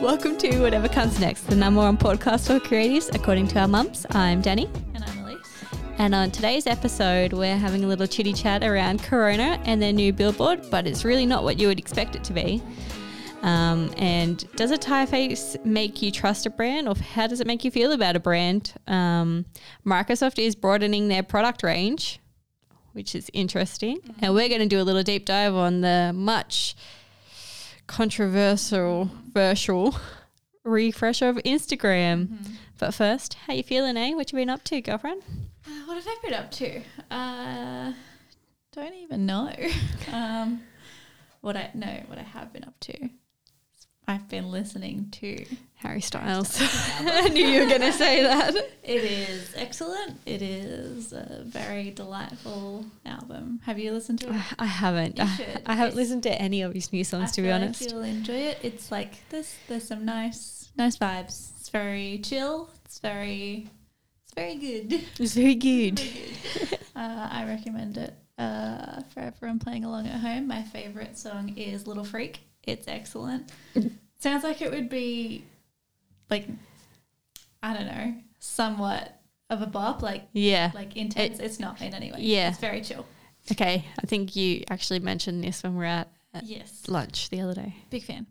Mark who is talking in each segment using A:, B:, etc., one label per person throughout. A: Welcome to Whatever Comes Next, the number one podcast for creatives according to our mums. I'm Danny.
B: And I'm Elise.
A: And on today's episode, we're having a little chitty chat around Corona and their new billboard, but it's really not what you would expect it to be. Um, and does a typeface make you trust a brand, or how does it make you feel about a brand? Um, Microsoft is broadening their product range, which is interesting.
B: Mm-hmm.
A: And we're going to do a little deep dive on the much controversial, virtual refresh of Instagram. But first, how you feeling, eh? What you been up to, girlfriend?
B: Uh, what have I been up to? Uh, don't even know. um, what I know, what I have been up to. I've been listening to.
A: Harry Styles. I knew you were going to say that.
B: It is excellent. It is a very delightful album. Have you listened to it?
A: I, I haven't.
B: You
A: I,
B: should.
A: I haven't listened to any of his new songs, to be
B: feel like
A: honest.
B: you'll enjoy it. It's like this. There's some nice, nice vibes. It's very chill. It's very, it's very good.
A: It's very good.
B: Uh, I recommend it uh, for everyone playing along at home. My favorite song is Little Freak. It's excellent. Sounds like it would be like I don't know, somewhat of a bop, like
A: Yeah.
B: like intense. it's not in any way.
A: yeah.
B: it's very chill.
A: Okay. I think you actually mentioned this when we were at
B: Yes,
A: lunch the other day.
B: big fan.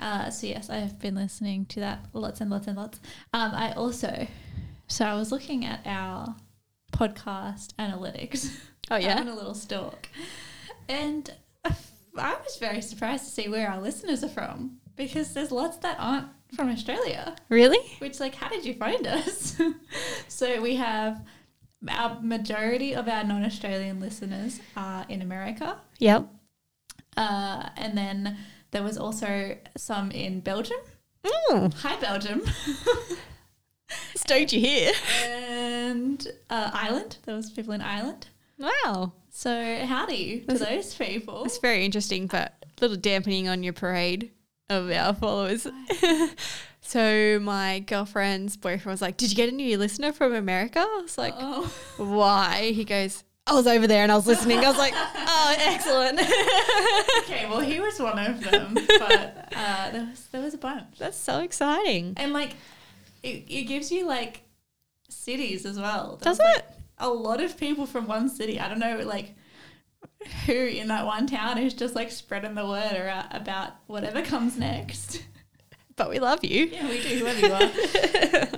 B: Uh, so yes, I have been listening to that lots and lots and lots. Um, I also, so I was looking at our podcast analytics.
A: Oh,
B: having a little stalk. And I was very surprised to see where our listeners are from because there's lots that aren't from Australia.
A: Really?
B: Which, like, how did you find us? so we have our majority of our non-Australian listeners are in America,
A: Yep.
B: uh, and then there was also some in Belgium.
A: Mm,
B: Hi, Belgium.
A: stoked you here.
B: and uh, Ireland. There was people in Ireland.
A: Wow.
B: So howdy to those people.
A: It's very interesting, but a little dampening on your parade of our followers. so my girlfriend's boyfriend was like, "Did you get a new listener from America?" I was like,
B: Oh.
A: "Why?" He goes, "I was over there and I was listening." I was like, "Oh, excellent."
B: Okay, well, he was one of them, but uh, there was there was a bunch,
A: That's so exciting.
B: and like it, it gives you like cities as well. There
A: Does
B: was,
A: it?
B: like, a lot of people from one city. I don't know, like who in that one town is just like spreading the word around about whatever comes next.
A: But we love you.
B: Yeah, we do, whoever you are.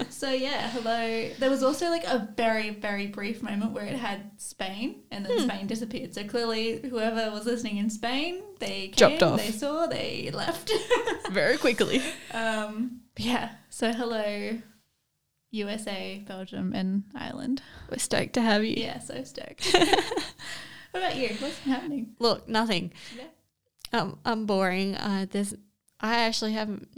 B: so yeah, hello. There was also like a very, very brief moment where it had Spain and then Spain disappeared. So clearly whoever was listening in Spain, they came,
A: Dropped off.
B: they saw, they left.
A: Very quickly.
B: um yeah. So hello USA, Belgium and Ireland.
A: We're stoked to have you.
B: Yeah, so stoked. what about you? What's been happening?
A: Look, nothing.
B: Yeah.
A: Um, I'm boring. Uh, there's, I actually haven't,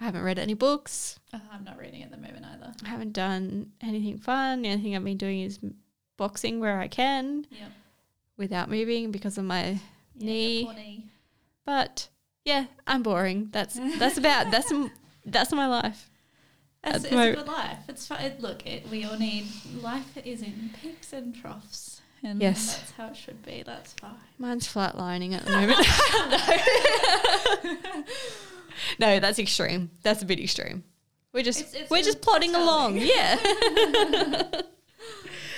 A: I haven't read any books.
B: Oh, I'm not reading at the moment either.
A: I haven't done anything fun. The only thing I've been doing is m- boxing where I can
B: Yep.
A: without moving because of my.
B: Yeah,
A: Knee.
B: your poor knee.
A: But yeah, I'm boring. That's that's about that's m- that's my life.
B: It's,
A: That's
B: it's
A: my-
B: a good life. It's fun. It, look, it, we all need life is in peaks and troughs, and
A: Yes.
B: that's how it should be. That's fine.
A: Mine's flatlining at the moment. no. no, that's extreme. That's a bit extreme. We're just
B: It's- it's
A: we're
B: in
A: just plodding
B: plateauing.
A: along. Yeah.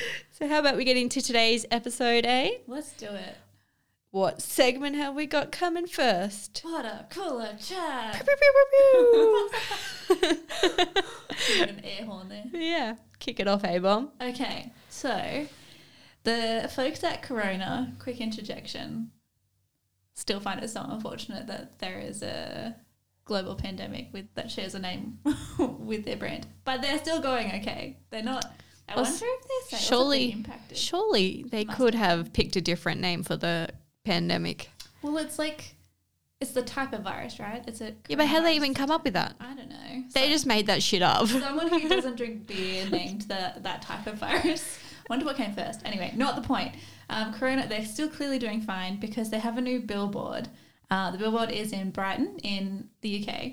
A: so how about we get into today's episode, eh?
B: Let's do it.
A: What segment have we got coming first?
B: What a cooler chat!
A: Pew, pew, pew, pew.
B: Give it an air horn there.
A: yeah, kick it off, A bomb.
B: Okay, so the folks at Corona, quick interjection, still find it so unfortunate that there is a global pandemic with that shares a name with their brand, but they're still going okay. They're not. I
A: Well,
B: wonder if they're sales surely
A: surely-
B: being impacted.
A: Surely they
B: Must
A: could have picked a different name for the pandemic.
B: Well, it's like it's the type of virus, right? It's a
A: Yeah, but how they
B: coronavirus.
A: even come up with that?
B: I don't know.
A: They just made that shit up.
B: So- someone who doesn't drink beer named the, that type of virus. Wonder what came first. Anyway, not the point. Um, Corona, they're still clearly doing fine because they have a new billboard. Uh, the billboard is in Brighton in the UK,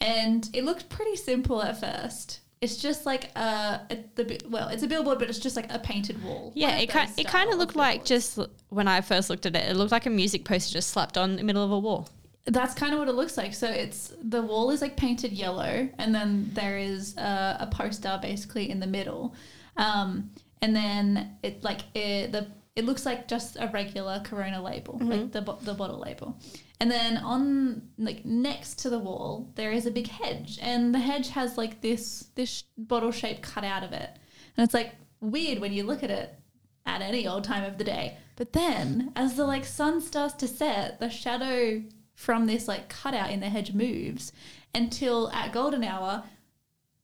B: and it looked pretty simple at first. It's just like a, a the bi- well, it's a billboard, but it's just like a painted wall. One
A: Yeah,
B: of
A: it kind
B: those
A: it
B: style
A: kind of looked like
B: billboards.
A: just when I first looked at it, it looked like a music poster just slapped on the middle of a wall.
B: that's kind of what it looks like. So it's the wall is like painted yellow, and then there is a, a poster basically in the middle, um, and then it like it, the it looks like just a regular Corona label, like the bo- the bottle label, and then on like next to the wall there is a big hedge, and the hedge has like this this bottle shape cut out of it, and it's like weird when you look at it at any old time of the day. But then, as the like sun starts to set, the shadow from this like cutout in the hedge moves until at golden hour,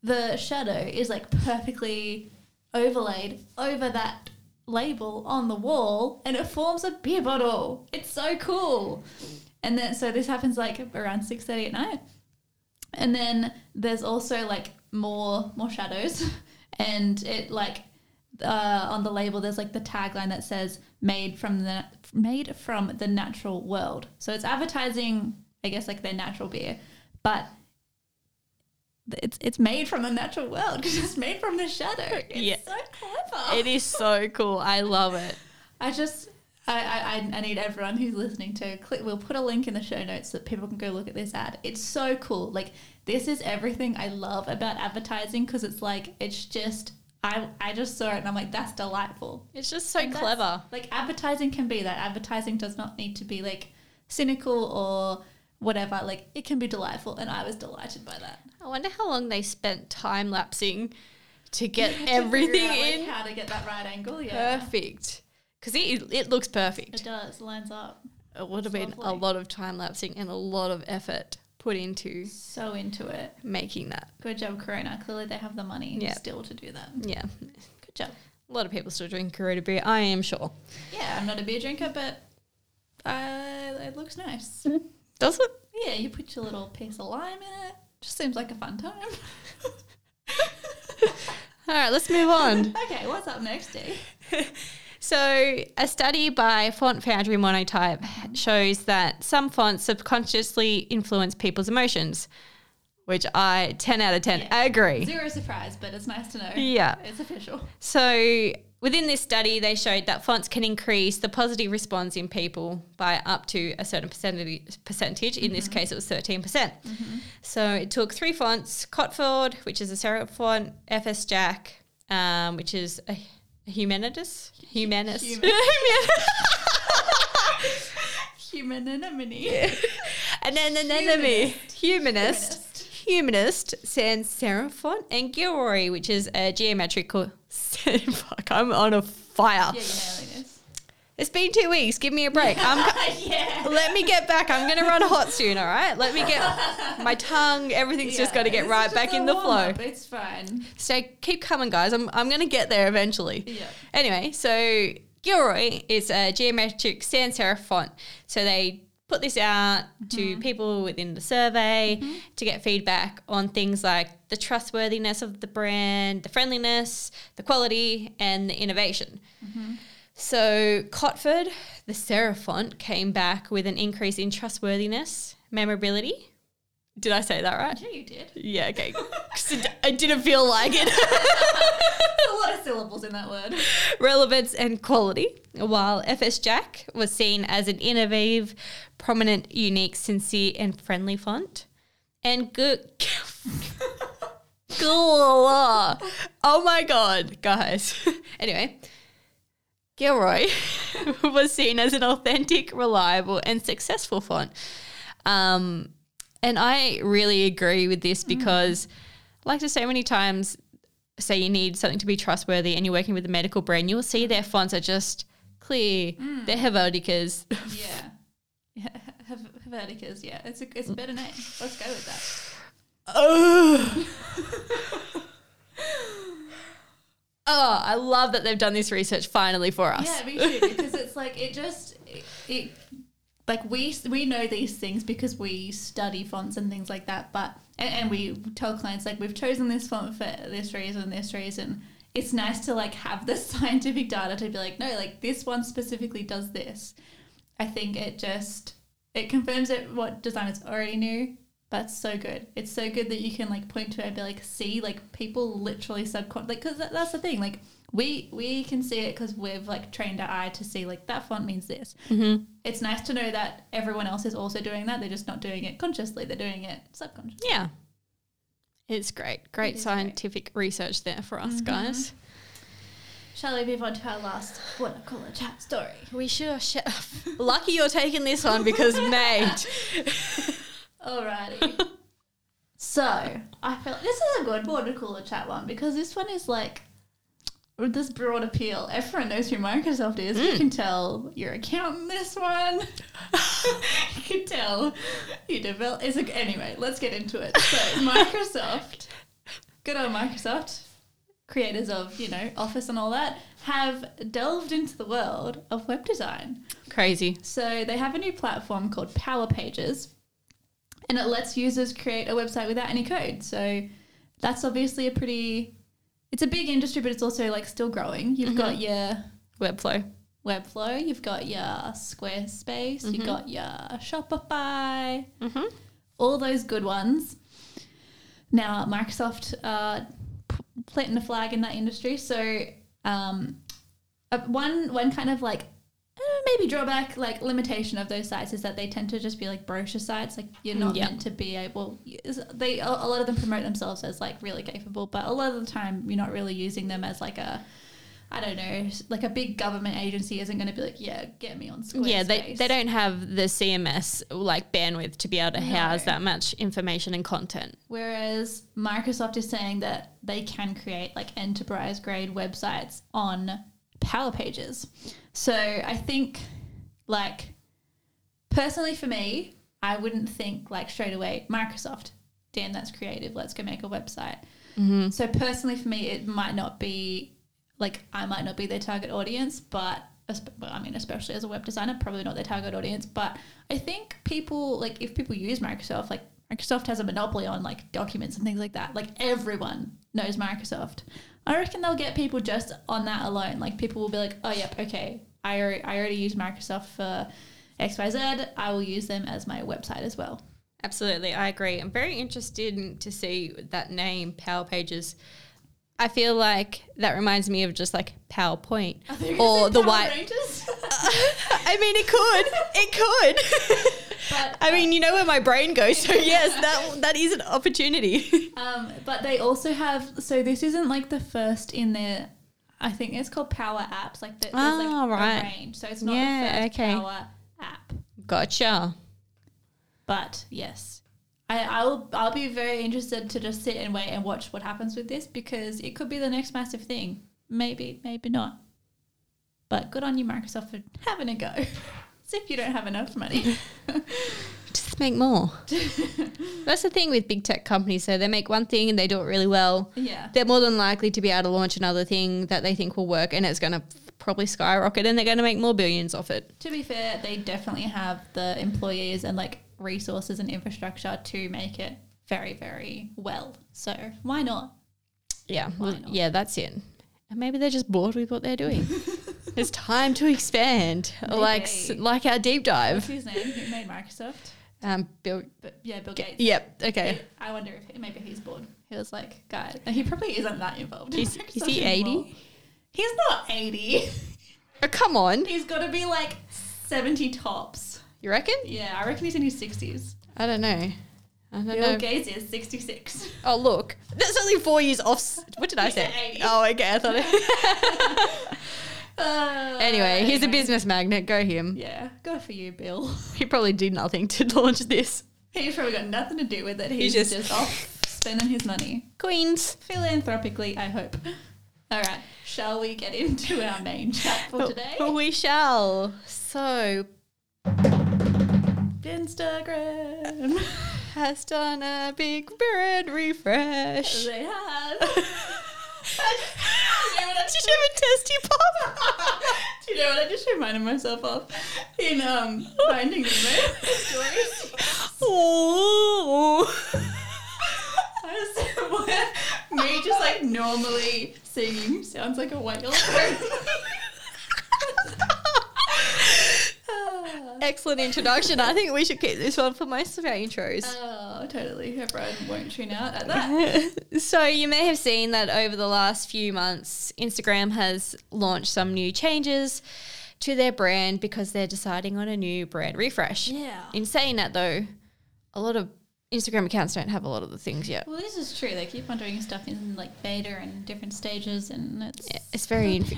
B: the shadow is like perfectly overlaid over that label on the wall, and it forms a beer bottle. It's so cool. And then, so this happens like around six thirty at night. And then there's also like more more shadows, and it like uh, on the label there's like the tagline that says "made from the made from the natural world." So it's advertising, I guess, like their natural beer, but th- it's it's made from the natural world because it's made from the shadow. It's
A: Yeah.
B: so clever.
A: It is so cool. I love it.
B: I just. I, I- I, I need everyone who's listening to click. We'll put a link in the show notes so that people can go look at this ad. It's so cool. Like this is everything I love about advertising because it's like it's just I I just saw it and I'm like that's delightful.
A: It's just so
B: And that's-
A: clever.
B: Like advertising can be that. Advertising does not need to be like cynical or whatever. Like it can be delightful, and I was delighted by that.
A: I wonder how long they spent time lapsing to get
B: To
A: everything
B: figure out, like,
A: in
B: how to get that right angle. Yeah,
A: perfect. Because it, it looks perfect.
B: it does lines up.
A: It would have
B: It's
A: been a
B: lovely.
A: lot of time lapsing and a lot of effort put into
B: So into it.
A: making that.
B: Good job, Corona. Clearly, they have the money
A: Yeah.
B: still to do that.
A: Yeah.
B: Good job.
A: A lot of people still drink Corona beer, I am sure.
B: Yeah, I'm not a beer drinker, but uh, it looks nice.
A: Does it?
B: Yeah, you put your little piece of lime in it. Just seems like a fun time.
A: All right, let's move on.
B: okay, what's up next, Dee?
A: So, a study by Font Foundry Monotype shows that some fonts subconsciously influence people's emotions, which I 10 out of 10
B: Yeah.
A: agree.
B: Zero surprise, but it's nice to know.
A: Yeah.
B: It's official.
A: So, within this study, they showed that fonts can increase the positive response in people by up to a certain percentage. percentage. In
B: Mm-hmm.
A: this case, it was 13%. percent So, it took three fonts Cotford, which is a serif font, FS Jack, um, which is a humanitas. Humanist.
B: Human.
A: Human-
B: Human anemone.
A: and then an enemy, humanist. Humanist, sans serif font, and Gilroy, which is a geometrical. Fuck, I'm on a fire.
B: Yeah, you're nailing this.
A: It's been two weeks. Give me a break. I'm,
B: yeah.
A: let me get back. I'm going to run hot soon, all right? Let me get my tongue. Everything's just got to get
B: Yeah, this
A: right
B: is
A: back
B: just a
A: in the flow.
B: warm-up, It's fine.
A: So keep coming, guys. I'm, I'm going to get there eventually.
B: Yeah.
A: Anyway, so Gilroy is a geometric sans serif font. So they put this out to people within the survey to get feedback on things like the trustworthiness of the brand, the friendliness, the quality, and the innovation. So Cotford, the serif font, came back with an increase in trustworthiness, memorability. Did I say that right?
B: Yeah, you did.
A: Yeah, okay. 'Cause it- I didn't feel like it.
B: a lot of syllables in that word.
A: relevance and quality, while FS Jack was seen as an innovative, prominent, unique, sincere, and friendly font. And good. oh my god, guys. anyway, Gilroy was seen as an authentic, reliable, and successful font. Um, and I really agree with this because, like I say many times, say you need something to be trustworthy and you're working with a medical brand, you'll see
B: Mm.
A: their fonts are just clear. They're Helveticas.
B: Yeah. Yeah, Helv- Helveticas, yeah. It's a, it's a better name. Let's go with that.
A: oh, I love that they've done this research finally for us.
B: Yeah, me too. Because it's like, it just, it, it like we we know these things because we study fonts and things like that. But, and, and we tell clients, like, we've chosen this font for this reason, this reason. It's nice to like have the scientific data to be like, no, like this one specifically does this. I think it just it confirms it what designers already knew. That's so good. It's so good that you can like point to it and be like, see, like people literally subcon like because that, that's the thing. Like we we can see it because we've like trained our eye to see like that font means this.
A: Mm-hmm.
B: It's nice to know that everyone else is also doing that. They're just not doing it consciously. They're doing it subconsciously.
A: Yeah. It's great. Great
B: is great. Mm-hmm.
A: scientific research there for us, guys.
B: Shall we move on to our last what I call a chat story?
A: We sure shall. Lucky you're taking this one because, mate.
B: Alrighty. so I feel this is a good watercooler chat one because this one is like with this broad appeal. Everyone knows who Microsoft is. You can tell your accountant this one. you can tell you develop. It's like, anyway, let's get into it. So Microsoft, good old Microsoft, creators of you know Office and all that, have delved into the world of web design.
A: Crazy.
B: So they have a new platform called Power Pages, and it lets users create a website without any code. So that's obviously a pretty it's a big industry, but it's also like still growing. You've got your
A: Webflow.
B: Webflow, you've got your Squarespace, you've got your Shopify,
A: Mhm.
B: all those good ones. Now, Microsoft uh, p- planting a flag in that industry. So, um, uh, one one kind of like uh, maybe drawback, like limitation of those sites is that they tend to just be like brochure sites. Like you're not
A: Mm, Yeah.
B: meant to be able. is- They a a lot of them promote themselves as like really capable, but a lot of the time you're not really using them as like a I don't know, like a big government agency isn't going to be like, yeah, get me on Squarespace.
A: Yeah, they, they don't have the CMS like bandwidth to be able to house
B: No.
A: that much information and content.
B: Whereas Microsoft is saying that they can create like enterprise grade websites on Power Pages. So I think, like, personally for me, I wouldn't think like straight away, Microsoft, damn, that's creative. Let's go make a website. So personally for me, it might not be like I might not be their target audience, but esp- well, I mean, especially as a web designer, probably not their target audience. But I think people like if people use Microsoft, like Microsoft has a monopoly on like documents and things like that. Like everyone knows Microsoft. I reckon they'll get people just on that alone. Like people will be like, oh yep, okay, I already, I already use Microsoft for X Y Z. I will use them as my website as well.
A: Absolutely, I agree. I'm very interested in- to see that name, Power Pages. I feel like that reminds me of just like PowerPoint or the white. I mean, it could. It could.
B: but
A: I mean, you know where my brain goes, so yes, that that is an opportunity.
B: Um, but they also have so this isn't like the first in their. I think it's called Power Apps. Like the, there's like
A: Ah, right.
B: a range, so it's not
A: Yeah,
B: the first
A: okay.
B: Power App.
A: Gotcha.
B: But yes, I, I'll I'll be very interested to just sit and wait and watch what happens with this because it could be the next massive thing. Maybe, maybe not. But good on you, Microsoft, for having a go. As if you don't have enough money.
A: Just make more. That's the thing with big tech companies. So they make one thing and they do it really well.
B: yeah.
A: They're more than likely to be able to launch another thing that they think will work, and it's going to probably skyrocket, and they're going to make more billions off it.
B: To be fair, they definitely have the employees and like resources and infrastructure to make it very, very well. So why not?
A: Yeah,
B: Why
A: well,
B: not?
A: yeah, that's it. And maybe they're just bored with what they're doing. it's time to expand, like s-
B: Maybe.
A: like our deep dive.
B: What's his name? Who made Microsoft?
A: Um, Bill.
B: But yeah, Bill Gates.
A: Yep. Okay.
B: I wonder if he, maybe he's bored. He was like, guys, he probably isn't that involved. in
A: Is, is
B: Microsoft
A: he
B: anymore.
A: eighty?
B: He's not eighty.
A: Oh, come on.
B: he's got to be like seventy tops.
A: You reckon?
B: Yeah, I reckon he's in his sixties.
A: I don't know. I don't
B: Bill
A: know.
B: Gates is sixty-six.
A: Oh, look. That's only four years off. s- What did I
B: You
A: say?
B: said 80.
A: Oh, okay. I thought it.
B: Uh,
A: Oh. Anyway, he's a business magnet. Go him.
B: Yeah, good for you, Bill.
A: He probably did nothing to launch this.
B: He's probably got nothing to do with it.
A: He's
B: He's,
A: just-
B: just, off spending his money
A: Queens.
B: philanthropically, I hope. All right, shall we get into our main chat
A: Oh,
B: for today?
A: We shall. So,
B: Instagram.
A: has done a big brand refresh.
B: They have.
A: Did you have a testy pop?
B: Do you know what I just reminded myself of in um Finding Nemo stories? I was- me just like normally singing sounds like a whale.
A: Excellent introduction. I think we should keep this one for most of our intros.
B: Oh, Oh, totally. Everyone won't tune out at that.
A: So you may have seen that over the last few months, Instagram has launched some new changes to their brand because they're deciding on a new brand refresh.
B: Yeah.
A: In saying that, though, a lot of Instagram accounts don't have a lot of the things yet.
B: Well, this is true. They keep on doing stuff in like beta and different stages, and it's
A: It's very inf-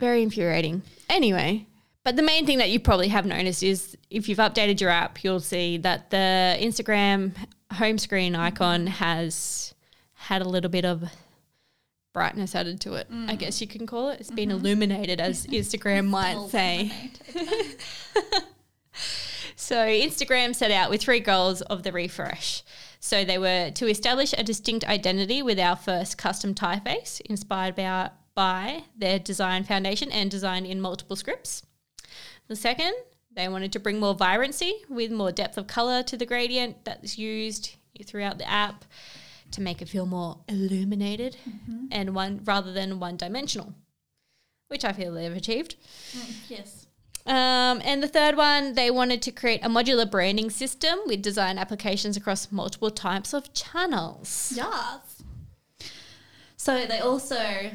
A: very infuriating. Anyway, but the main thing that you probably have noticed is if you've updated your app, you'll see that the Instagram home screen icon has had a little bit of brightness added to it. I guess you can call it. It's been illuminated, as Instagram might say. So Instagram set out with three goals of the refresh. So they were to establish a distinct identity with our first custom typeface, inspired by, our- by their design foundation and designed in multiple scripts. The second, they wanted to bring more vibrancy with more depth of color to the gradient that's used throughout the app to make it feel more illuminated and one rather than one dimensional, which I feel they've achieved.
B: yes.
A: Um, and the third one, they wanted to create a modular branding system with design applications across multiple types of channels.
B: Yes. So they also,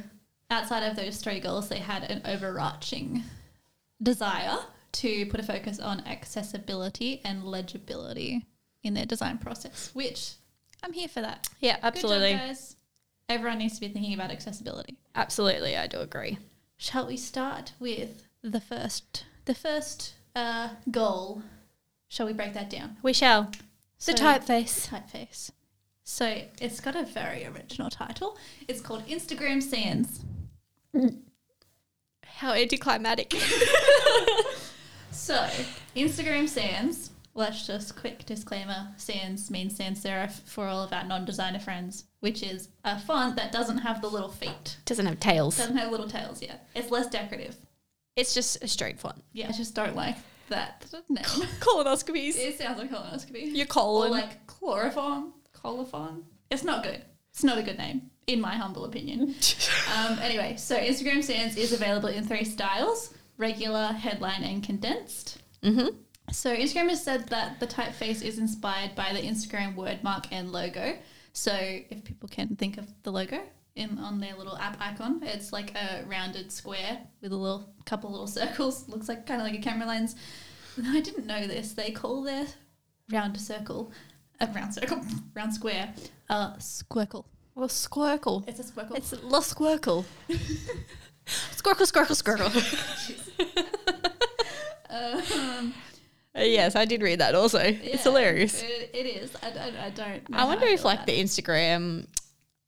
B: outside of those three goals, they had an overarching desire to put a focus on accessibility and legibility in their design process, which I'm here for that.
A: Yeah,
B: Good
A: absolutely.
B: job, guys. Everyone needs to be thinking about accessibility.
A: Absolutely, I do agree.
B: Shall we start with the first the first uh, goal? Shall we break that down?
A: We shall. The
B: So-
A: typeface.
B: Typeface. So it's got a very original title. It's called Instagram Sans.
A: How anticlimactic.
B: So Instagram Sans. Let's just quick disclaimer. Sans means sans serif for all of our non-designer friends, which is a font that doesn't have the little feet.
A: Doesn't have tails.
B: Doesn't have little tails yet. It's less decorative.
A: It's just a straight font.
B: Yeah, I just don't like that name.
A: Colonoscopies.
B: it sounds like colonoscopy.
A: Your
B: or
A: colon.
B: like chloroform, colophon. It's not good. It's not a good name, in my humble opinion. um, anyway, so Instagram Sans is available in three styles: regular, headline, and condensed.
A: mm-hmm.
B: So Instagram has said that the typeface is inspired by the Instagram wordmark and logo. So if people can think of the logo in on their little app icon, it's like a rounded square with a little couple little circles. Looks like kind of like a camera lens. I didn't know this. They call their round circle a round circle, round square, a squircle.
A: Well, squircle.
B: It's a squircle.
A: It's the squircle. squircle, squircle, squircle.
B: um,
A: Uh, yes, I did read that also.
B: yeah,
A: It's hilarious.
B: It, it is. I, don't- I don't. know
A: I
B: how
A: wonder if
B: feel
A: like
B: about
A: the Instagram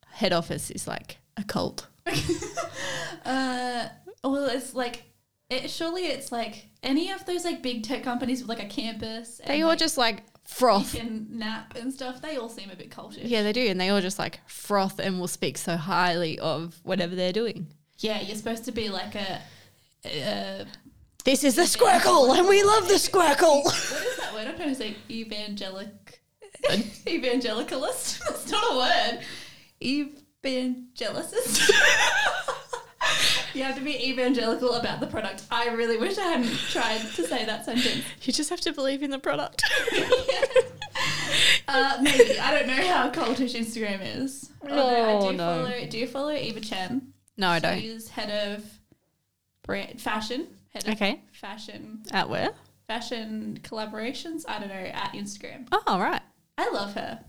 A: head office is like a cult.
B: Uh, well, it's like it. Surely it's like any of those like big tech companies with like a campus.
A: They
B: and,
A: all
B: like,
A: just like
B: you
A: froth.
B: can nap and stuff. They all seem a bit cultish.
A: Yeah, they do, and they all just like froth and will speak so highly of whatever they're doing.
B: Yeah, you're supposed to be like a. Uh,
A: This is the squircle, and we love the squircle.
B: what is that word? I'm trying to say evangelic. Evangelicalist. That's not a word. Evangelicist. you have to be evangelical about the product. I really wish I hadn't tried to say that sentence.
A: you just have to believe in the product.
B: Uh, maybe I don't know how cultish Instagram is. Although I
A: No,
B: do
A: Oh, no.
B: Follow, do you follow Eva Chen?
A: no, I don't.
B: She's head of brand, fashion. Head of
A: Okay.
B: Fashion,
A: At where?
B: fashion collaborations. I don't know at Instagram.
A: Oh, all right.
B: I love her.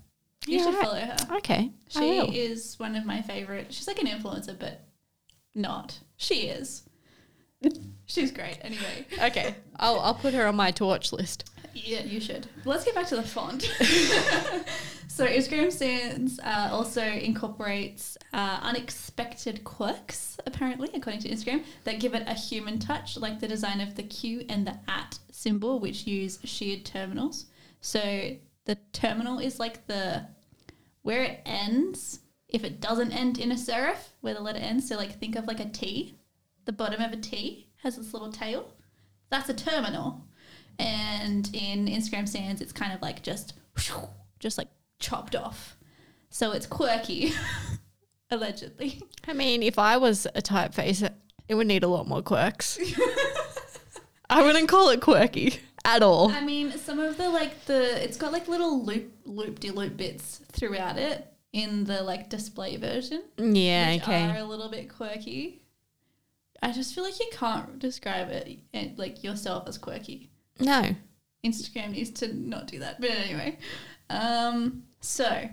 B: You
A: Yeah,
B: should
A: right.
B: follow her.
A: Okay. I
B: She
A: will.
B: is one of my favorite. She's like an influencer, but not. She is. She's great. Anyway,
A: Okay. I'll, I'll put her on my to watch list.
B: Yeah, you should. Let's get back to the font. so Instagram Sans uh, also incorporates uh, unexpected quirks, apparently, according to Instagram, that give it a human touch, like the design of the Q and the at symbol, which use sheared terminals. So the terminal is like the where it ends. If it doesn't end in a serif, where the letter ends, so like think of like a T. The bottom of a T has this little tail. That's a terminal. And in Instagram Sans, it's kind of like just, just like chopped off. So it's quirky, allegedly.
A: I mean, if I was a typeface, it would need a lot more quirks. I wouldn't call it quirky. at all.
B: I mean, some of the like the it's got like little loop loop de loop bits throughout it in the like display version,
A: Yeah,
B: which are
A: okay.
B: a little bit quirky. I just feel like you can't describe it and, like yourself as quirky.
A: No.
B: Instagram needs to not do that. But anyway, um, so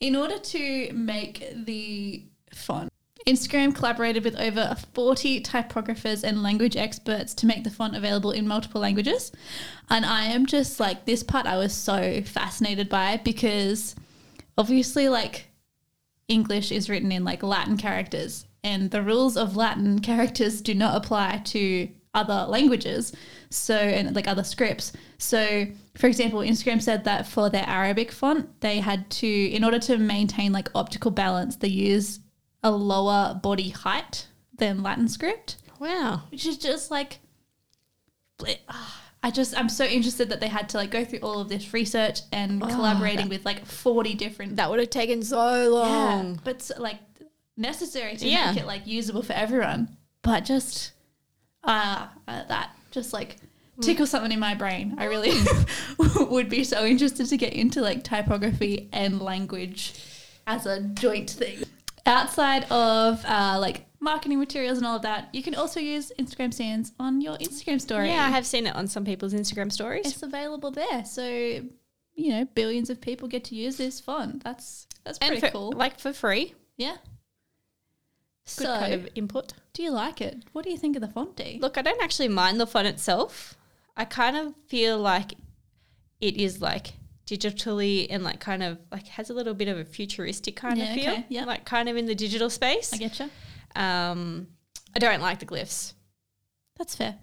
B: in order to make the font, Instagram collaborated with over 40 typographers and language experts to make the font available in multiple languages. And I am just like, this part I was so fascinated by because obviously, like, English is written in like Latin characters, and the rules of Latin characters do not apply to other languages. So, and like other scripts. So, for example, Instagram said that for their Arabic font, they had to, in order to maintain like optical balance, they use a lower body height than Latin script,
A: Wow.
B: which is just like, bl- ah, I just, I'm so interested that they had to like go through all of this research and collaborating with like 40 different
A: That would have taken so
B: yeah, but s- like necessary to
A: Yeah.
B: make it like usable for everyone. But just uh, uh that just like
A: Mm.
B: tickle something in my brain. I really would be so interested to get into like typography and language as a joint thing. Outside of uh, like marketing materials and all of that, you can also use Instagram Sans on your Instagram story.
A: Yeah, I have seen it on some people's Instagram stories.
B: it's available there. So you know, billions of people get to use this font. That's that's pretty
A: And for,
B: cool.
A: like for free.
B: Yeah.
A: Good
B: so,
A: kind of input.
B: do you like it? What do you think of the font, D?
A: Look, I don't actually mind the font itself. I kind of feel like it is like digitally and like kind of like has a little bit of a futuristic kind
B: Yeah,
A: of feel.
B: okay, yeah.
A: Like kind of in the digital space.
B: I get you.
A: Um I don't like the glyphs.
B: That's fair.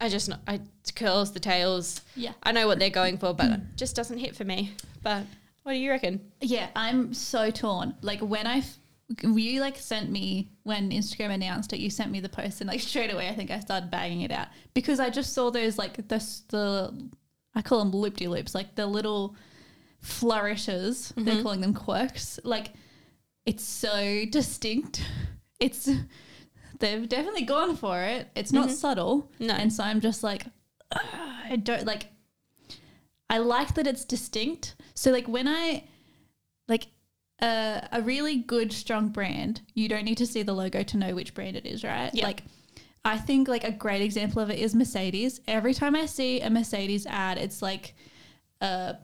A: I just not, I curls the tails.
B: Yeah.
A: I know what they're going for, but it just doesn't hit for me. But what do you reckon?
B: Yeah, I'm so torn. Like when I, f- you like sent me when Instagram announced it. You sent me the post, and like straight away, I think I started banging it out because I just saw those like the s- the, I call them loop de loops, like the little flourishes. They're
A: Mm-hmm.
B: calling them quirks. Like it's so distinct. It's they've definitely gone for it. It's not subtle.
A: Mm-hmm. No.
B: and so I'm just like, "Ugh, I don't like. I like that it's distinct. So like when I like uh, a really good strong brand, you don't need to see the logo to know which brand it is, right?
A: Yeah.
B: Like I think like a great example of it is Mercedes. Every time I see a Mercedes ad, it's like a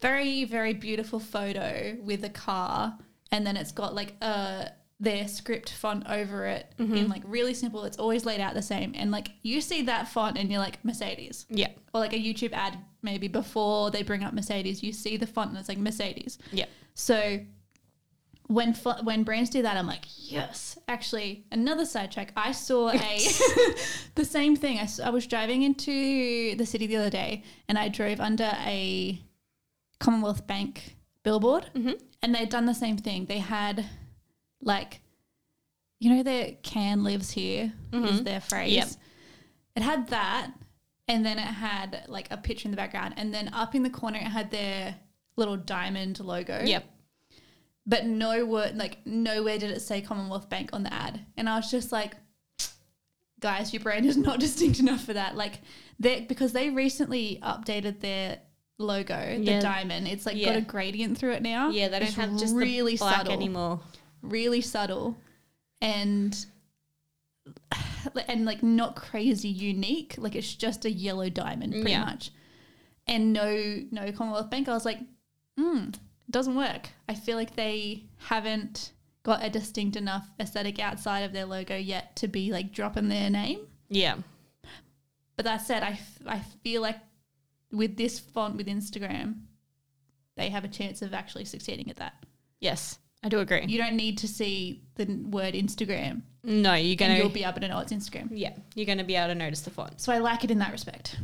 B: very very beautiful photo with a car and then it's got like a their script font over it in like really simple. It's always laid out the same and like you see that font and you're like Mercedes
A: Yeah.
B: or like a YouTube ad maybe before they bring up Mercedes, you see the font and it's like Mercedes.
A: Yeah.
B: So when fo- when brands do that, I'm like, yes. Actually, another sidetrack. I saw a the same thing. I, s- I was driving into the city the other day, and I drove under a Commonwealth Bank billboard,
A: Mm-hmm.
B: and they'd done the same thing. They had like, you know, their "can lives here" is their phrase.
A: Mm-hmm. Yep.
B: It had that, and then it had like a picture in the background, and then up in the corner it had their little diamond logo
A: Yep.
B: but no word like nowhere did it say Commonwealth Bank on the ad. And I was just like, guys, your brand is not distinct enough for that. Like they because they recently updated their logo,
A: Yeah.
B: the diamond. It's like got
A: Yeah.
B: a gradient through it now.
A: Yeah, they don't
B: It's
A: have just really the black anymore.
B: Really subtle. And and like not crazy unique. Like it's just a yellow diamond pretty
A: Yeah.
B: much. And no no Commonwealth Bank. I was like, mm, doesn't work. I feel like they haven't got a distinct enough aesthetic outside of their logo yet to be like dropping their name.
A: Yeah.
B: But that said, I, f- I feel like with this font with Instagram, they have a chance of actually succeeding at that.
A: Yes. I do agree.
B: You don't need to see the n- word Instagram
A: no, you're
B: and
A: gonna
B: you'll be able to know it's Instagram.
A: Yeah. You're gonna be able to notice the fonts.
B: So I like it in that respect.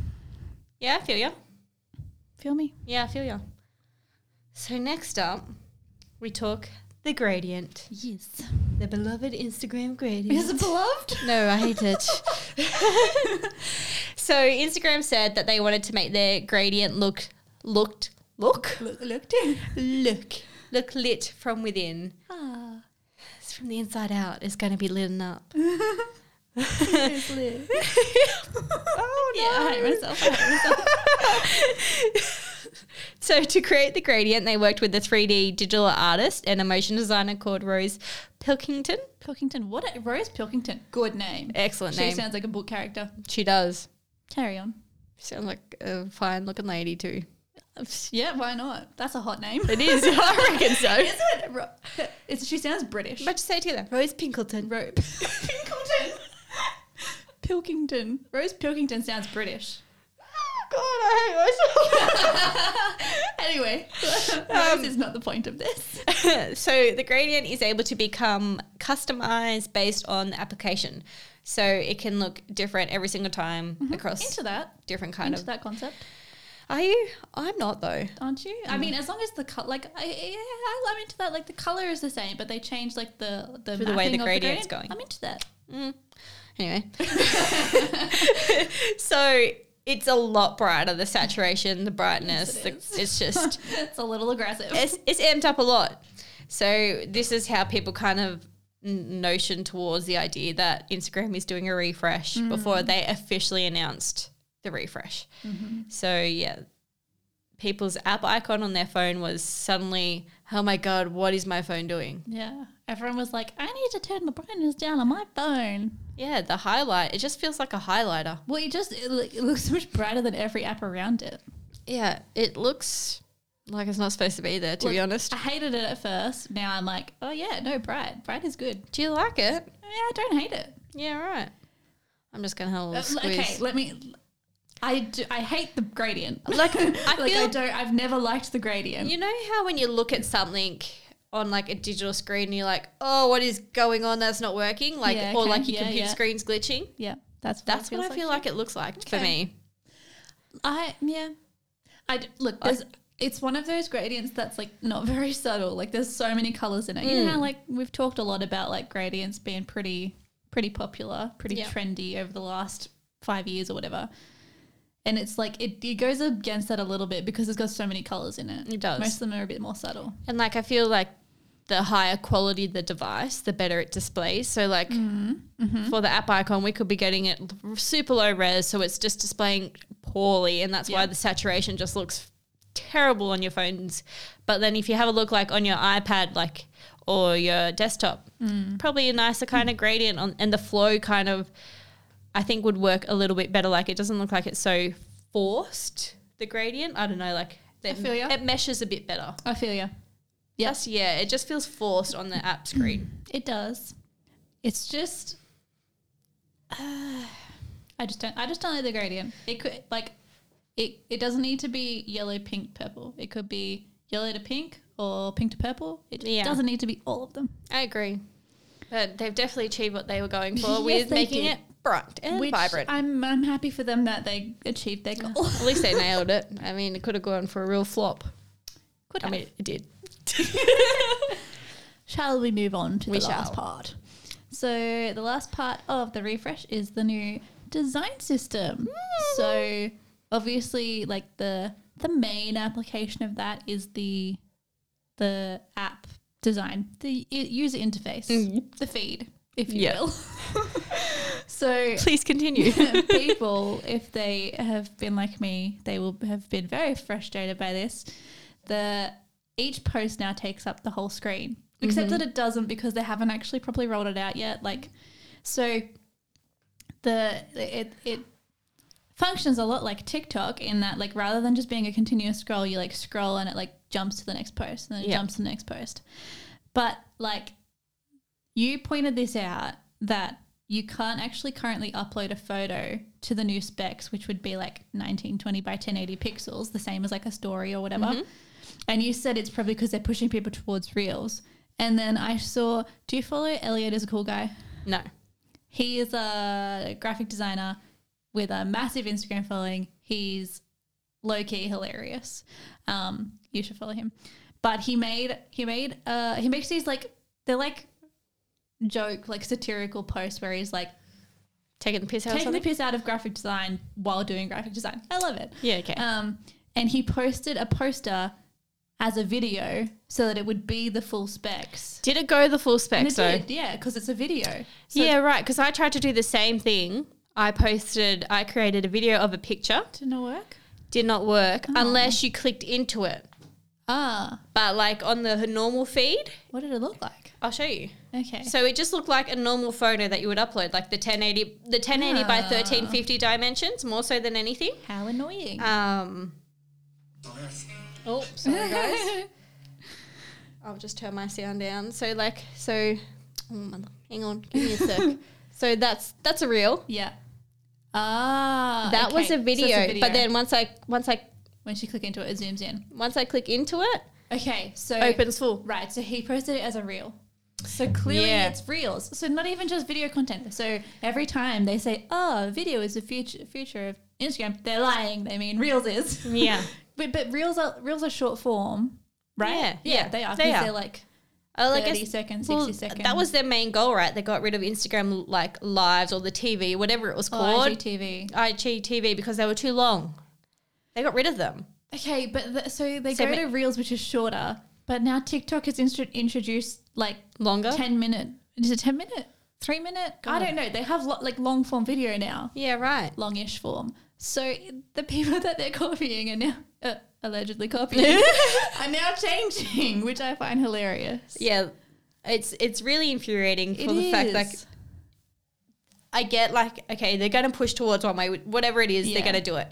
A: Yeah, I feel ya.
B: Feel me?
A: Yeah, I feel ya. So next up we took the gradient.
B: Yes.
A: The beloved Instagram
B: Is
A: gradient.
B: it beloved?
A: No, I hate it. so Instagram said that they wanted to make their gradient look looked look
B: Look, looked in.
A: look look lit from within.
B: Ah,
A: It's from the inside out. It's going to be lit up.
B: it's lit.
A: oh
B: Yeah, I hate myself. I hate myself.
A: So to create the gradient, they worked with a 3D digital artist and a motion designer called Rose Pilkington.
B: Pilkington. What a, Rose Pilkington. Good name.
A: Excellent
B: She
A: name.
B: sounds like a book character.
A: she does.
B: Carry on.
A: Sounds like a fine looking lady too.
B: Yeah, why not? That's a hot name.
A: It is. I reckon so.
B: Is it? Ro- It's, she sounds British.
A: But say it together. Rose Pinkleton.
B: Ro- Pilkington. Pilkington. Rose Pilkington sounds British.
A: God, I hate myself.
B: Anyway,
A: Um,
B: this is not the point of this.
A: so the gradient is able to become customized based on the application. So it can look different every single time across
B: Into that,
A: different kind
B: into
A: of.
B: that concept,
A: Are you? I'm not though.
B: aren't you? I
A: Mm.
B: mean, as long as the color, like, I, yeah, I- I'm into that. Like, the color is the same, but they change like the the,
A: For the way
B: mapping
A: the
B: of
A: gradient's
B: gradient.
A: going.
B: I'm into that.
A: Anyway. so it's a lot brighter the saturation, the brightness.
B: Yes,
A: the-
B: it is.
A: it's just,
B: it's a little aggressive.
A: it's, it's amped up a lot. So this is how people kind of n- notion towards the idea that Instagram is doing a refresh
B: Mm.
A: before they officially announced the refresh.
B: Mm-hmm.
A: So yeah, people's app icon on their phone was suddenly, oh my God, what is my phone doing?
B: yeah, everyone was like, I need to turn the brightness down on my phone.
A: Yeah, the highlight, it just feels like a highlighter.
B: Well, it just it, look- it looks so much brighter than every app around it.
A: Yeah, it looks like it's not supposed to be there, to be
B: Look,
A: honest.
B: I hated it at first. Now I'm like, oh yeah, no, bright, bright is good.
A: Do you like it?
B: Yeah, I don't hate it.
A: Yeah, right. I'm just gonna have a little
B: Uh,
A: squeeze.
B: Okay, let me. I do, I hate the gradient.
A: Like, I
B: like I
A: feel-
B: don't. I've never liked the gradient.
A: You know how when you look at something on like a digital screen, and you're like, "Oh, what is going on? That's not working." Like,
B: Yeah,
A: or
B: okay,
A: like your
B: yeah,
A: computer
B: yeah.
A: screen's glitching.
B: yeah, that's what
A: That's
B: it
A: what I
B: feels
A: feel like, it looks like for
B: Okay.
A: me.
B: I yeah. I d- look. There's. it's one of those gradients that's like not very subtle. Like there's so many colors in it. You know, how, like we've talked a lot about like gradients being pretty, pretty popular, pretty
A: Yeah.
B: trendy over the last five years or whatever. And it's like it, it goes against that a little bit because it's got so many colors in it.
A: It does.
B: Most of them are a bit more subtle.
A: And like, I feel like the higher quality the device, the better it displays. So like,
B: Mm-hmm.
A: for the app icon, we could be getting it l- super low res, so it's just displaying poorly, and that's why
B: Yeah.
A: the saturation just looks terrible on your phones. But then if you have a look like on your iPad, like or your desktop,
B: Mm.
A: probably a nicer kind of gradient on, and the flow kind of, I think would work a little bit better. Like it doesn't look like it's so forced. The gradient, I don't know, like. that-
B: feel ya.
A: It meshes a bit better.
B: I feel you. Yeah.
A: Yes, yeah, it just feels forced on the app screen.
B: It does. It's just. uh, I just don't. I just don't like the gradient. It could like, it it doesn't need to be yellow, pink, purple. It could be yellow to pink or pink to purple. It
A: Yeah.
B: doesn't need to be all of them.
A: I agree. But they've definitely achieved what they were going for
B: Yes,
A: with
B: they
A: making
B: did.
A: it bright and
B: Which
A: vibrant.
B: I'm I'm happy for them that they achieved their goal.
A: At least they nailed it. I mean, it could have gone for a real flop.
B: Could
A: I
B: have.
A: mean, it did.
B: Shall we move on to
A: We
B: the last
A: shall.
B: part? So the last part of the refresh is the new design system.
A: Mm-hmm.
B: So obviously, like the the main application of that is the the app design, the u- user interface,
A: Mm-hmm.
B: the feed, if you
A: Yeah.
B: will. so
A: Please continue.
B: people, if they have been like me, they will have been very frustrated by this. The each post now takes up the whole screen, except that it doesn't because they haven't actually properly rolled it out yet. Like, so the it it functions a lot like TikTok in that like rather than just being a continuous scroll, you like scroll and it like jumps to the next post and then it
A: Yeah.
B: jumps to the next post. But like you pointed this out that you can't actually currently upload a photo to the new specs, which would be like 1920 by 1080 pixels, the same as like a story or whatever. And you said it's probably because they're pushing people towards reels. And then I saw, do you follow Elliot is a cool guy?
A: no.
B: He is a graphic designer with a massive Instagram following. He's low key hilarious. Um, you should follow him. But he made he made uh he makes these like they're like joke like satirical posts where he's like
A: Taking the piss out of
B: taking the
A: something?
B: piss out of graphic design while doing graphic design. I love it.
A: yeah, okay.
B: Um, and he posted a poster as a video so that it would be the full specs.
A: did it go the full
B: And
A: spec
B: it
A: though?
B: did, yeah, because it's a video. So
A: yeah, right. Because I tried to do the same thing. I posted, I created a video of a picture.
B: Didn't it work?
A: did not work
B: Oh.
A: unless you clicked into it.
B: Ah,
A: But like on the normal feed,
B: what did it look like?
A: I'll show you.
B: Okay.
A: So it just looked like a normal photo that you would upload, like the 1080, the 1080 by
B: Ah.
A: 1350 dimensions, more so than anything.
B: How annoying.
A: Um, oh, sorry guys. I'll just turn my sound down. So like, so, oh, mother, hang on, give me a sec. so that's that's a reel.
B: yeah. Ah,
A: That was
B: okay.
A: a
B: So it's
A: video, but then once I once I
B: when you click into it, it zooms in.
A: once I click into it,
B: Okay, so
A: opens full.
B: Right, so he posted it as a reel. So clearly
A: Yeah.
B: it's reels. So not even just video content. So every time they say, "Oh, video is the future future of Instagram," they're lying. They mean reels is.
A: Yeah.
B: but but reels are reels are short form, right?
A: Yeah, yeah,
B: they are.
A: they
B: They
A: are.
B: are. They're like
A: Oh, like I
B: thirty
A: guess
B: seconds,
A: well,
B: sixty seconds.
A: that was their main goal, right? They got rid of Instagram like lives or the TV, whatever it was
B: oh,
A: called.
B: IGTV.
A: IGTV because they were too long. They got rid of them.
B: Okay, but th- so they
A: Seven-
B: go to reels, which is shorter. But now TikTok has instru- introduced like
A: Longer?
B: ten minute. Is it ten minute? Three minute? I don't know. They have lo- like long form video now.
A: Yeah, right.
B: longish form. So the people that they're copying and now uh, allegedly copying are now changing, which I find hilarious.
A: Yeah. It's it's really infuriating
B: It
A: for the fact
B: is.
A: like I get like okay, they're going to push towards one way whatever it is, they're
B: Yeah.
A: going to do it.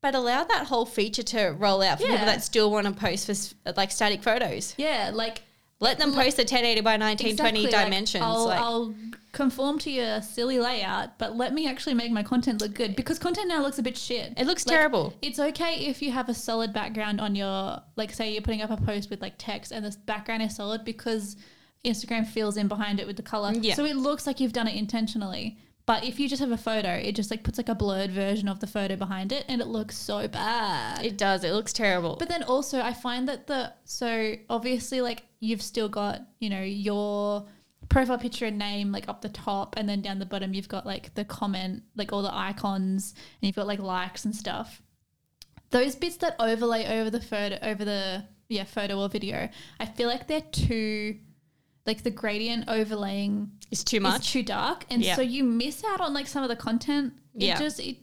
A: But allow that whole feature to roll out for
B: Yeah.
A: people that still want to post for s- like static photos.
B: yeah, like
A: Let them post the 1080 by 1920
B: exactly, like,
A: dimensions.
B: I'll,
A: like,
B: I'll conform to your silly layout, but let me actually make my content look good because content now looks a bit shit.
A: it looks
B: like,
A: terrible.
B: It's okay if you have a solid background on your, like, say you're putting up a post with like text and the background is solid because Instagram fills in behind it with the color.
A: Yeah.
B: So it looks like you've done it intentionally. But if you just have a photo, it just like puts like a blurred version of the photo behind it and it looks so bad.
A: It does. It looks terrible.
B: But then also, I find that the so obviously, like you've still got you know your profile picture and name like up the top, and then down the bottom you've got like the comment, like all the icons, and you've got like likes and stuff. Those bits that overlay over the photo, over the yeah photo or video, I feel like they're too. Like the gradient overlaying
A: it's too
B: is
A: much.
B: too dark, and
A: Yeah.
B: so you miss out on like some of the content. It
A: Yeah.
B: just it,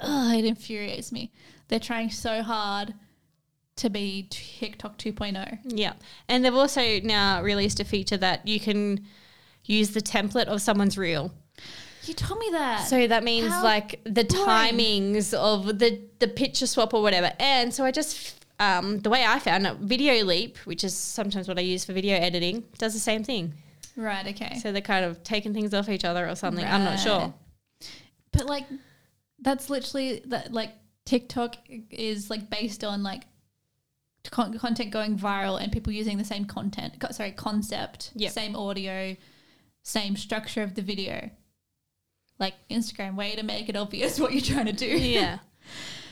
B: ugh, it infuriates me. They're trying so hard to be TikTok oh. 2.0.
A: Yeah. And they've also now released a feature that you can use the template of someone's reel.
B: You told me that.
A: So that means
B: How
A: like the
B: boring.
A: timings of the the picture swap or whatever. And so I just um, the way I found it, Video Leap, which is sometimes what I use for video editing, does the same thing.
B: right, okay,
A: So they're kind of taking things off each other or something. I'm not
B: Right.
A: sure.
B: but like that's literally that like TikTok is like based on like con- content going viral and people using the same content. co- Sorry, concept,
A: Yep.
B: same audio, same structure of the video. Like Instagram, way to make it obvious what you're trying to do.
A: Yeah.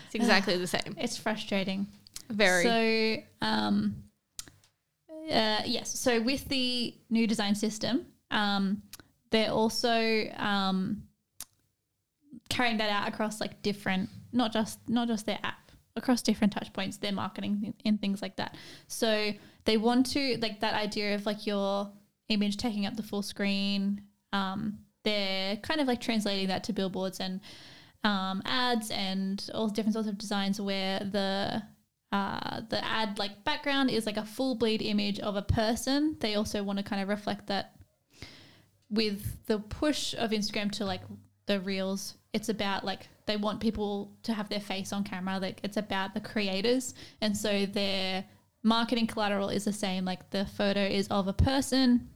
A: It's exactly the same.
B: It's frustrating.
A: Very.
B: So, um, uh, yes. So with the new design system, um, they're also um, carrying that out across like different, not just not just their app, across different touch points, their marketing and things like that. So they want to like that idea of like your image taking up the full screen. Um, they're kind of like translating that to billboards and um, ads and all different sorts of designs where the uh, the ad like background is like a full bleed image of a person. They also want to kind of reflect that with the push of Instagram to like the reels. It's about like they want people to have their face on camera. Like it's about the creators, and so their marketing collateral is the same. Like the photo is of a person,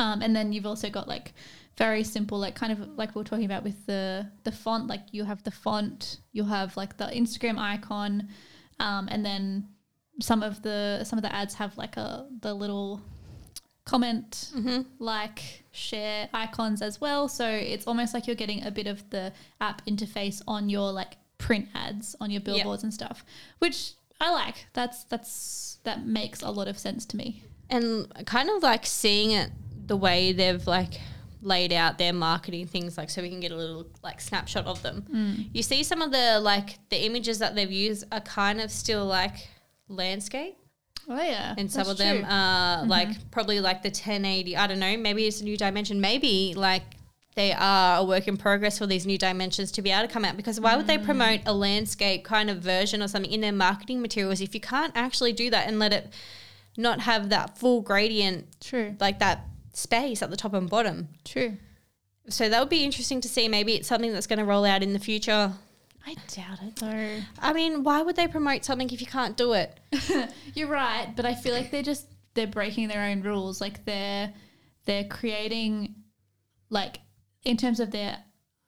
B: um, and then you've also got like very simple, like kind of like we were talking about with the the font. Like you have the font, you'll have like the Instagram icon, um, and then some of the some of the ads have like a the little comment,
A: Mm-hmm.
B: like, share icons as well. So it's almost like you're getting a bit of the app interface on your like print ads on your billboards and stuff, which I like. That's that's that makes a lot of sense to me.
A: and kind of like seeing it the way they've like laid out their marketing things like so we can get a little like snapshot of them you see some of the like the images that they've used are kind of still like landscape
B: Oh yeah,
A: and some of them
B: Mm-hmm.
A: are like probably like the 1080 i don't know maybe it's a new dimension maybe like they are a work in progress for these new dimensions to be able to come out because why would they
B: Mm.
A: promote a landscape kind of version or something in their marketing materials if you can't actually do that and let it not have that full gradient
B: True.
A: like that space at the top and bottom
B: True.
A: so that would be interesting to see maybe it's something that's going to roll out in the future
B: I doubt it though.
A: i mean why would they promote something if you can't do it
B: You're right, but I feel like they're just they're breaking their own rules. Like they're they're creating like in terms of their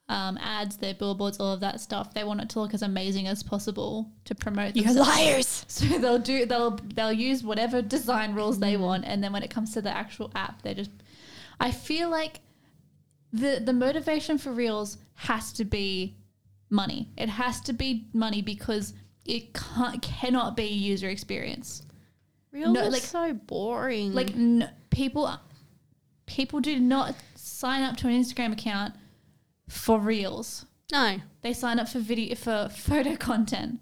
B: um, ads, their billboards, all of that stuff. They want it to look as amazing as possible to promote. themselves.
A: liars
B: So they'll do they'll they'll use whatever design rules they want, and then when it comes to the actual app, they just. I feel like the the motivation for reels has to be money. It has to be money because it can't cannot be user experience.
A: real
B: No,
A: no,
B: like-
A: so boring
B: Like n- people, people do not sign up to an Instagram account for reels.
A: no
B: They sign up for video for photo content.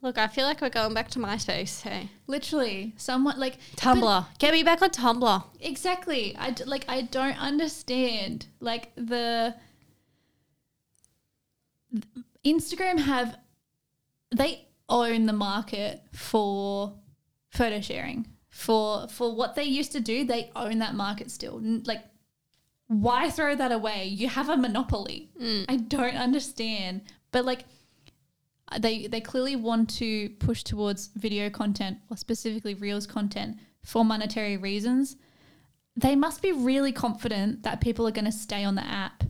A: look i feel like we're going back to myspace hey
B: Literally, someone like
A: tumblr get me back on tumblr
B: Exactly. I d- like I don't understand like the Instagram have they own the market for photo sharing. For for what they used to do, they own that market still. N- Like why throw that away? You have a monopoly. I don't understand. But like uh, they they clearly want to push towards video content or specifically reels content for monetary reasons they must be really confident that people are going to stay on the app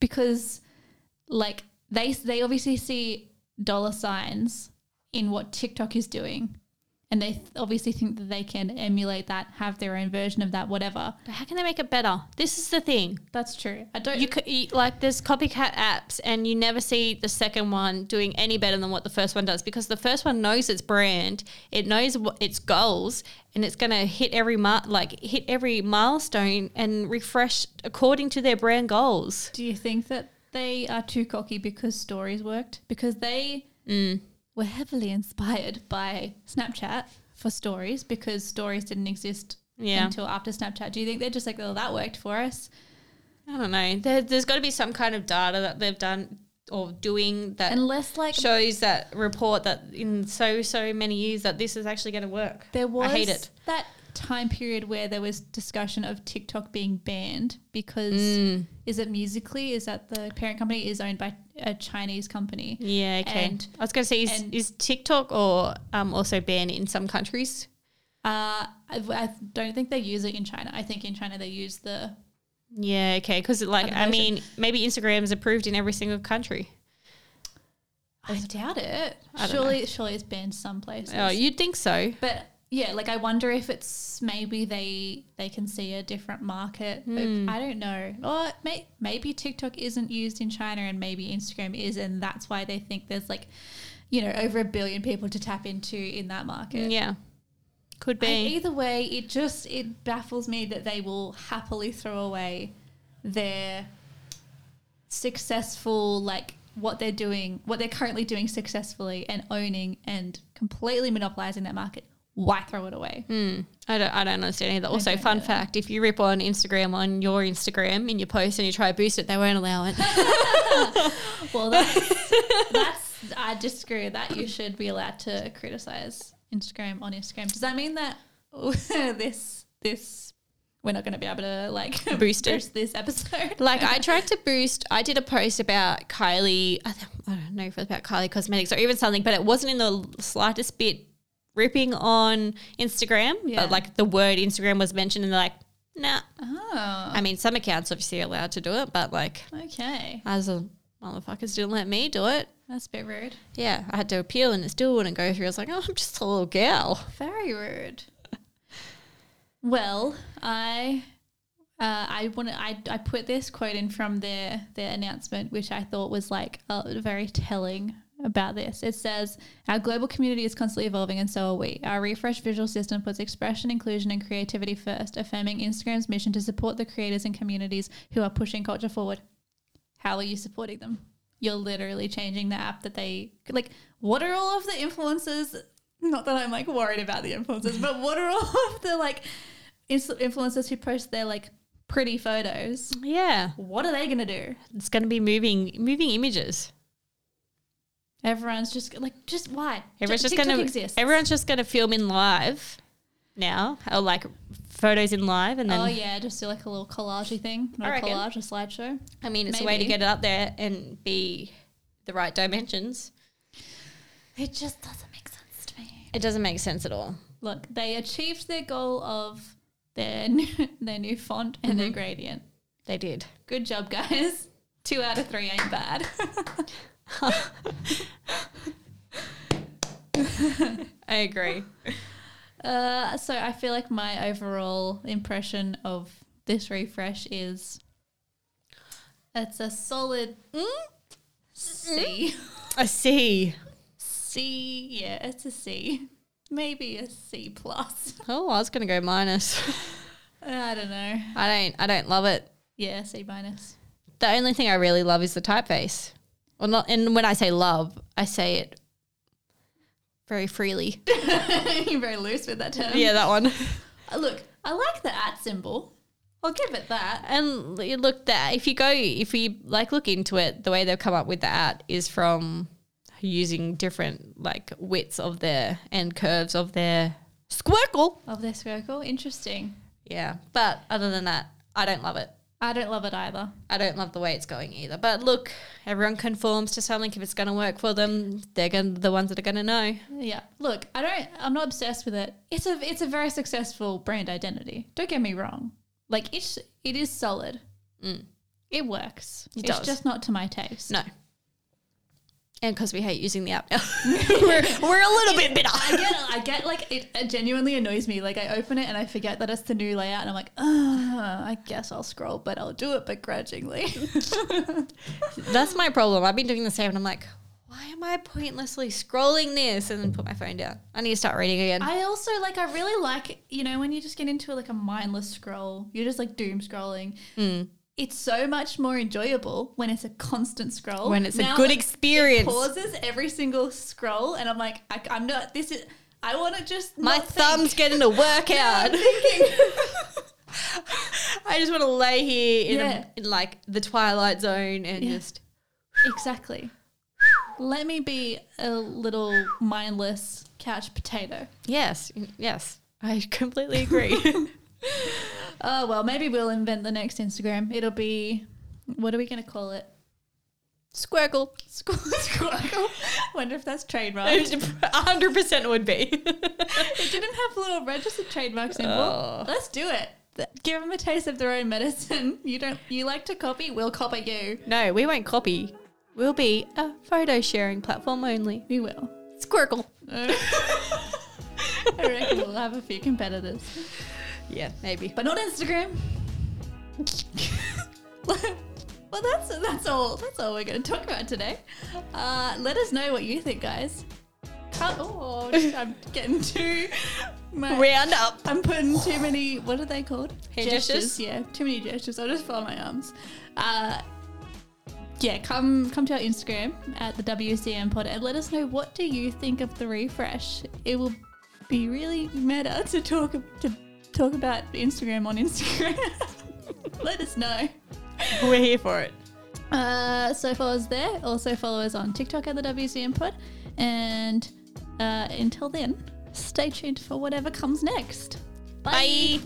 B: because like they they obviously see dollar signs in what TikTok is doing and they th- obviously think that they can emulate that have their own version of that whatever
A: But how can they make it better? This is the thing.
B: that's true i don't
A: You could you, like there's copycat apps, and you never see the second one doing any better than what the first one does because the first one knows its brand, it knows what its goals, and it's gonna hit every mar- like hit every milestone and refresh according to their brand goals.
B: do you think that they are too cocky because stories worked because they were heavily inspired by snapchat for stories because stories didn't exist
A: Yeah,
B: until after snapchat do you think they're just like oh that worked for us
A: I don't know. There, there's got to be some kind of data that they've done or doing that
B: unless like
A: shows that report that in so so many years that this is actually gonna work.
B: There
A: I
B: was
A: hate it.
B: that time period where there was discussion of TikTok being banned because
A: Mm.
B: is it Musically? Is that the parent company is owned by a Chinese company?
A: Yeah, okay.
B: And-
A: I was going to say, is,
B: and-
A: is TikTok or um, also banned in some countries?
B: Uh, I, I don't think they use it in China. I think in China they use the
A: Yeah, okay. Because, like,
B: Other
A: I
B: version.
A: mean, maybe Instagram is approved in every single country.
B: I doubt it.
A: I don't
B: Surely, surely it's banned some places.
A: Oh, you'd think so.
B: but yeah, like I wonder if it's maybe they they can see a different market. I don't know. Or may, maybe TikTok isn't used in China and maybe Instagram is, and that's why they think there's like, you know, over a billion people to tap into in that market.
A: Yeah. Could
B: And
A: be.
B: either way, it just it baffles me that they will happily throw away their successful like what they're doing, what they're currently doing successfully and owning and completely monopolizing that market. Why throw it away?
A: Hmm. I don't, I don't understand either. Also,
B: don't
A: fun
B: either.
A: fact if you rip on Instagram on your Instagram in your post and you try to boost it, they won't allow it.
B: Well, that's, that's I disagree with that. You should be allowed to criticize Instagram on Instagram. Does that mean that this this we're not going to be able to like
A: Boost it?
B: this episode?
A: Like I tried to boost. I did a post about Kylie. I, th- I don't know if it was about Kylie Cosmetics or even something, but it wasn't in the slightest bit ripping on Instagram.
B: Yeah.
A: But like the word Instagram was mentioned, and they're like, nah.
B: Oh,
A: I mean, some accounts obviously are allowed to do it, but like
B: okay,
A: as a motherfuckers didn't let me do it.
B: that's a bit rude.
A: Yeah, I had to appeal, and it still wouldn't go through. I was like, oh, I'm just a little girl.
B: Very rude. well, I uh, I want I I put this quote in from their their announcement, which I thought was like uh, very telling about this. It says, "Our global community is constantly evolving, and so are we. Our refreshed visual system puts expression, inclusion, and creativity first, affirming Instagram's mission to support the creators and communities who are pushing culture forward." How are you supporting them? You're literally changing the app that they like. What are all of the influencers? Not that I'm like worried about the influencers, but what are all of the like ins- influencers who post their like pretty photos,
A: Yeah.
B: what are they going to do?
A: It's going to be moving moving images.
B: Everyone's just like, just why?
A: Everyone's
B: T-
A: just
B: TikTok
A: going to
B: exists.
A: everyone's just going to film in live now or like photos in live and then
B: oh yeah, just do like a little collagey thing,
A: I
B: not a
A: reckon.
B: collage, a slideshow.
A: I mean, it's a way to
B: Maybe.
A: get it up there and be the right dimensions.
B: It just doesn't make sense to me.
A: It doesn't make sense at all.
B: Look, they achieved their goal of their new, their new font and their gradient.
A: They did.
B: Good job, guys. Two out of three ain't bad.
A: I agree.
B: Uh, so I feel like my overall impression of this refresh is it's a solid mm, C.
A: A C.
B: C, yeah, it's a C. Maybe a C plus.
A: Oh, I was gonna go minus.
B: I don't know.
A: I don't. I don't love it.
B: Yeah, C minus.
A: The only thing I really love is the typeface. Well, not. And when I say love, I say it very freely.
B: You're very loose with that term.
A: yeah, that one.
B: Uh, Look, I like the at symbol. I'll give it that.
A: And you look that if you go if you like look into it, the way they've come up with the at is from using different like widths of their and curves of their squircle.
B: Of this vehicle, interesting.
A: Yeah, but other than that, I don't love it.
B: I don't love it either.
A: I don't love the way it's going either. But look, everyone conforms to something. If it's going to work for them, they're going to the ones that are going to know.
B: Yeah. Look, I don't I'm not obsessed with it. It's a it's a very successful brand identity. Don't get me wrong. Like it's it is solid. Mm. It works.
A: It
B: it's
A: does.
B: just not to my taste.
A: No. And because we hate using the app now, we're, we're a little bit
B: I
A: bitter.
B: get I get like it, it genuinely annoys me. Like I open it and I forget that it's the new layout and I'm like, oh, I guess I'll scroll, but I'll do it begrudgingly.
A: That's my problem. I've been doing the same, and I'm like, why am I pointlessly scrolling this? And then put my phone down. I need to start reading again.
B: I also like I really like you know when you just get into like a mindless scroll, you're just like doom scrolling. It's so much more enjoyable when it's a constant scroll.
A: when it's
B: Now
A: a good
B: it
A: experience,
B: pauses every single scroll, and I'm like, I, am not. This is. I want to just
A: my
B: not
A: thumb's
B: think.
A: getting a workout.
B: Thinking.
A: I just want to lay here in, a-
B: Yeah.
A: in like the twilight zone and
B: Yeah.
A: just
B: exactly. Let me be a little mindless couch potato.
A: Yes, yes, I completely agree.
B: Oh well, maybe we'll invent the next Instagram. It'll be what are we gonna call it?
A: Squircle,
B: Squircle. Wonder if that's trademarked.
A: hundred percent would be.
B: It didn't have a little registered trademark symbol.
A: Oh.
B: Let's do it. Th- Give them a taste of their own medicine. You don't. You like to copy. We'll copy you.
A: no, we won't copy. We'll be a photo sharing platform only.
B: We will.
A: Squircle.
B: I reckon we'll have a few competitors,
A: Yeah, maybe.
B: but not Instagram. well, that's that's all. That's all we're going to talk about today. Uh, let us know what you think, guys. Can't- oh, I'm getting too. My,
A: Round up.
B: I'm putting too many. What are they called?
A: Hand gestures?
B: Yeah, too many gestures. I'll just follow my arms. Uh, yeah, come come to our Instagram at the WCM Pod and let us know what do you think of the refresh. It will be really meta to talk to talk about Instagram on Instagram. let us know.
A: We're here for it.
B: Uh, so follow us there. Also follow us on TikTok at the WCM Pod. And uh, until then, stay tuned for whatever comes next.
A: Bye.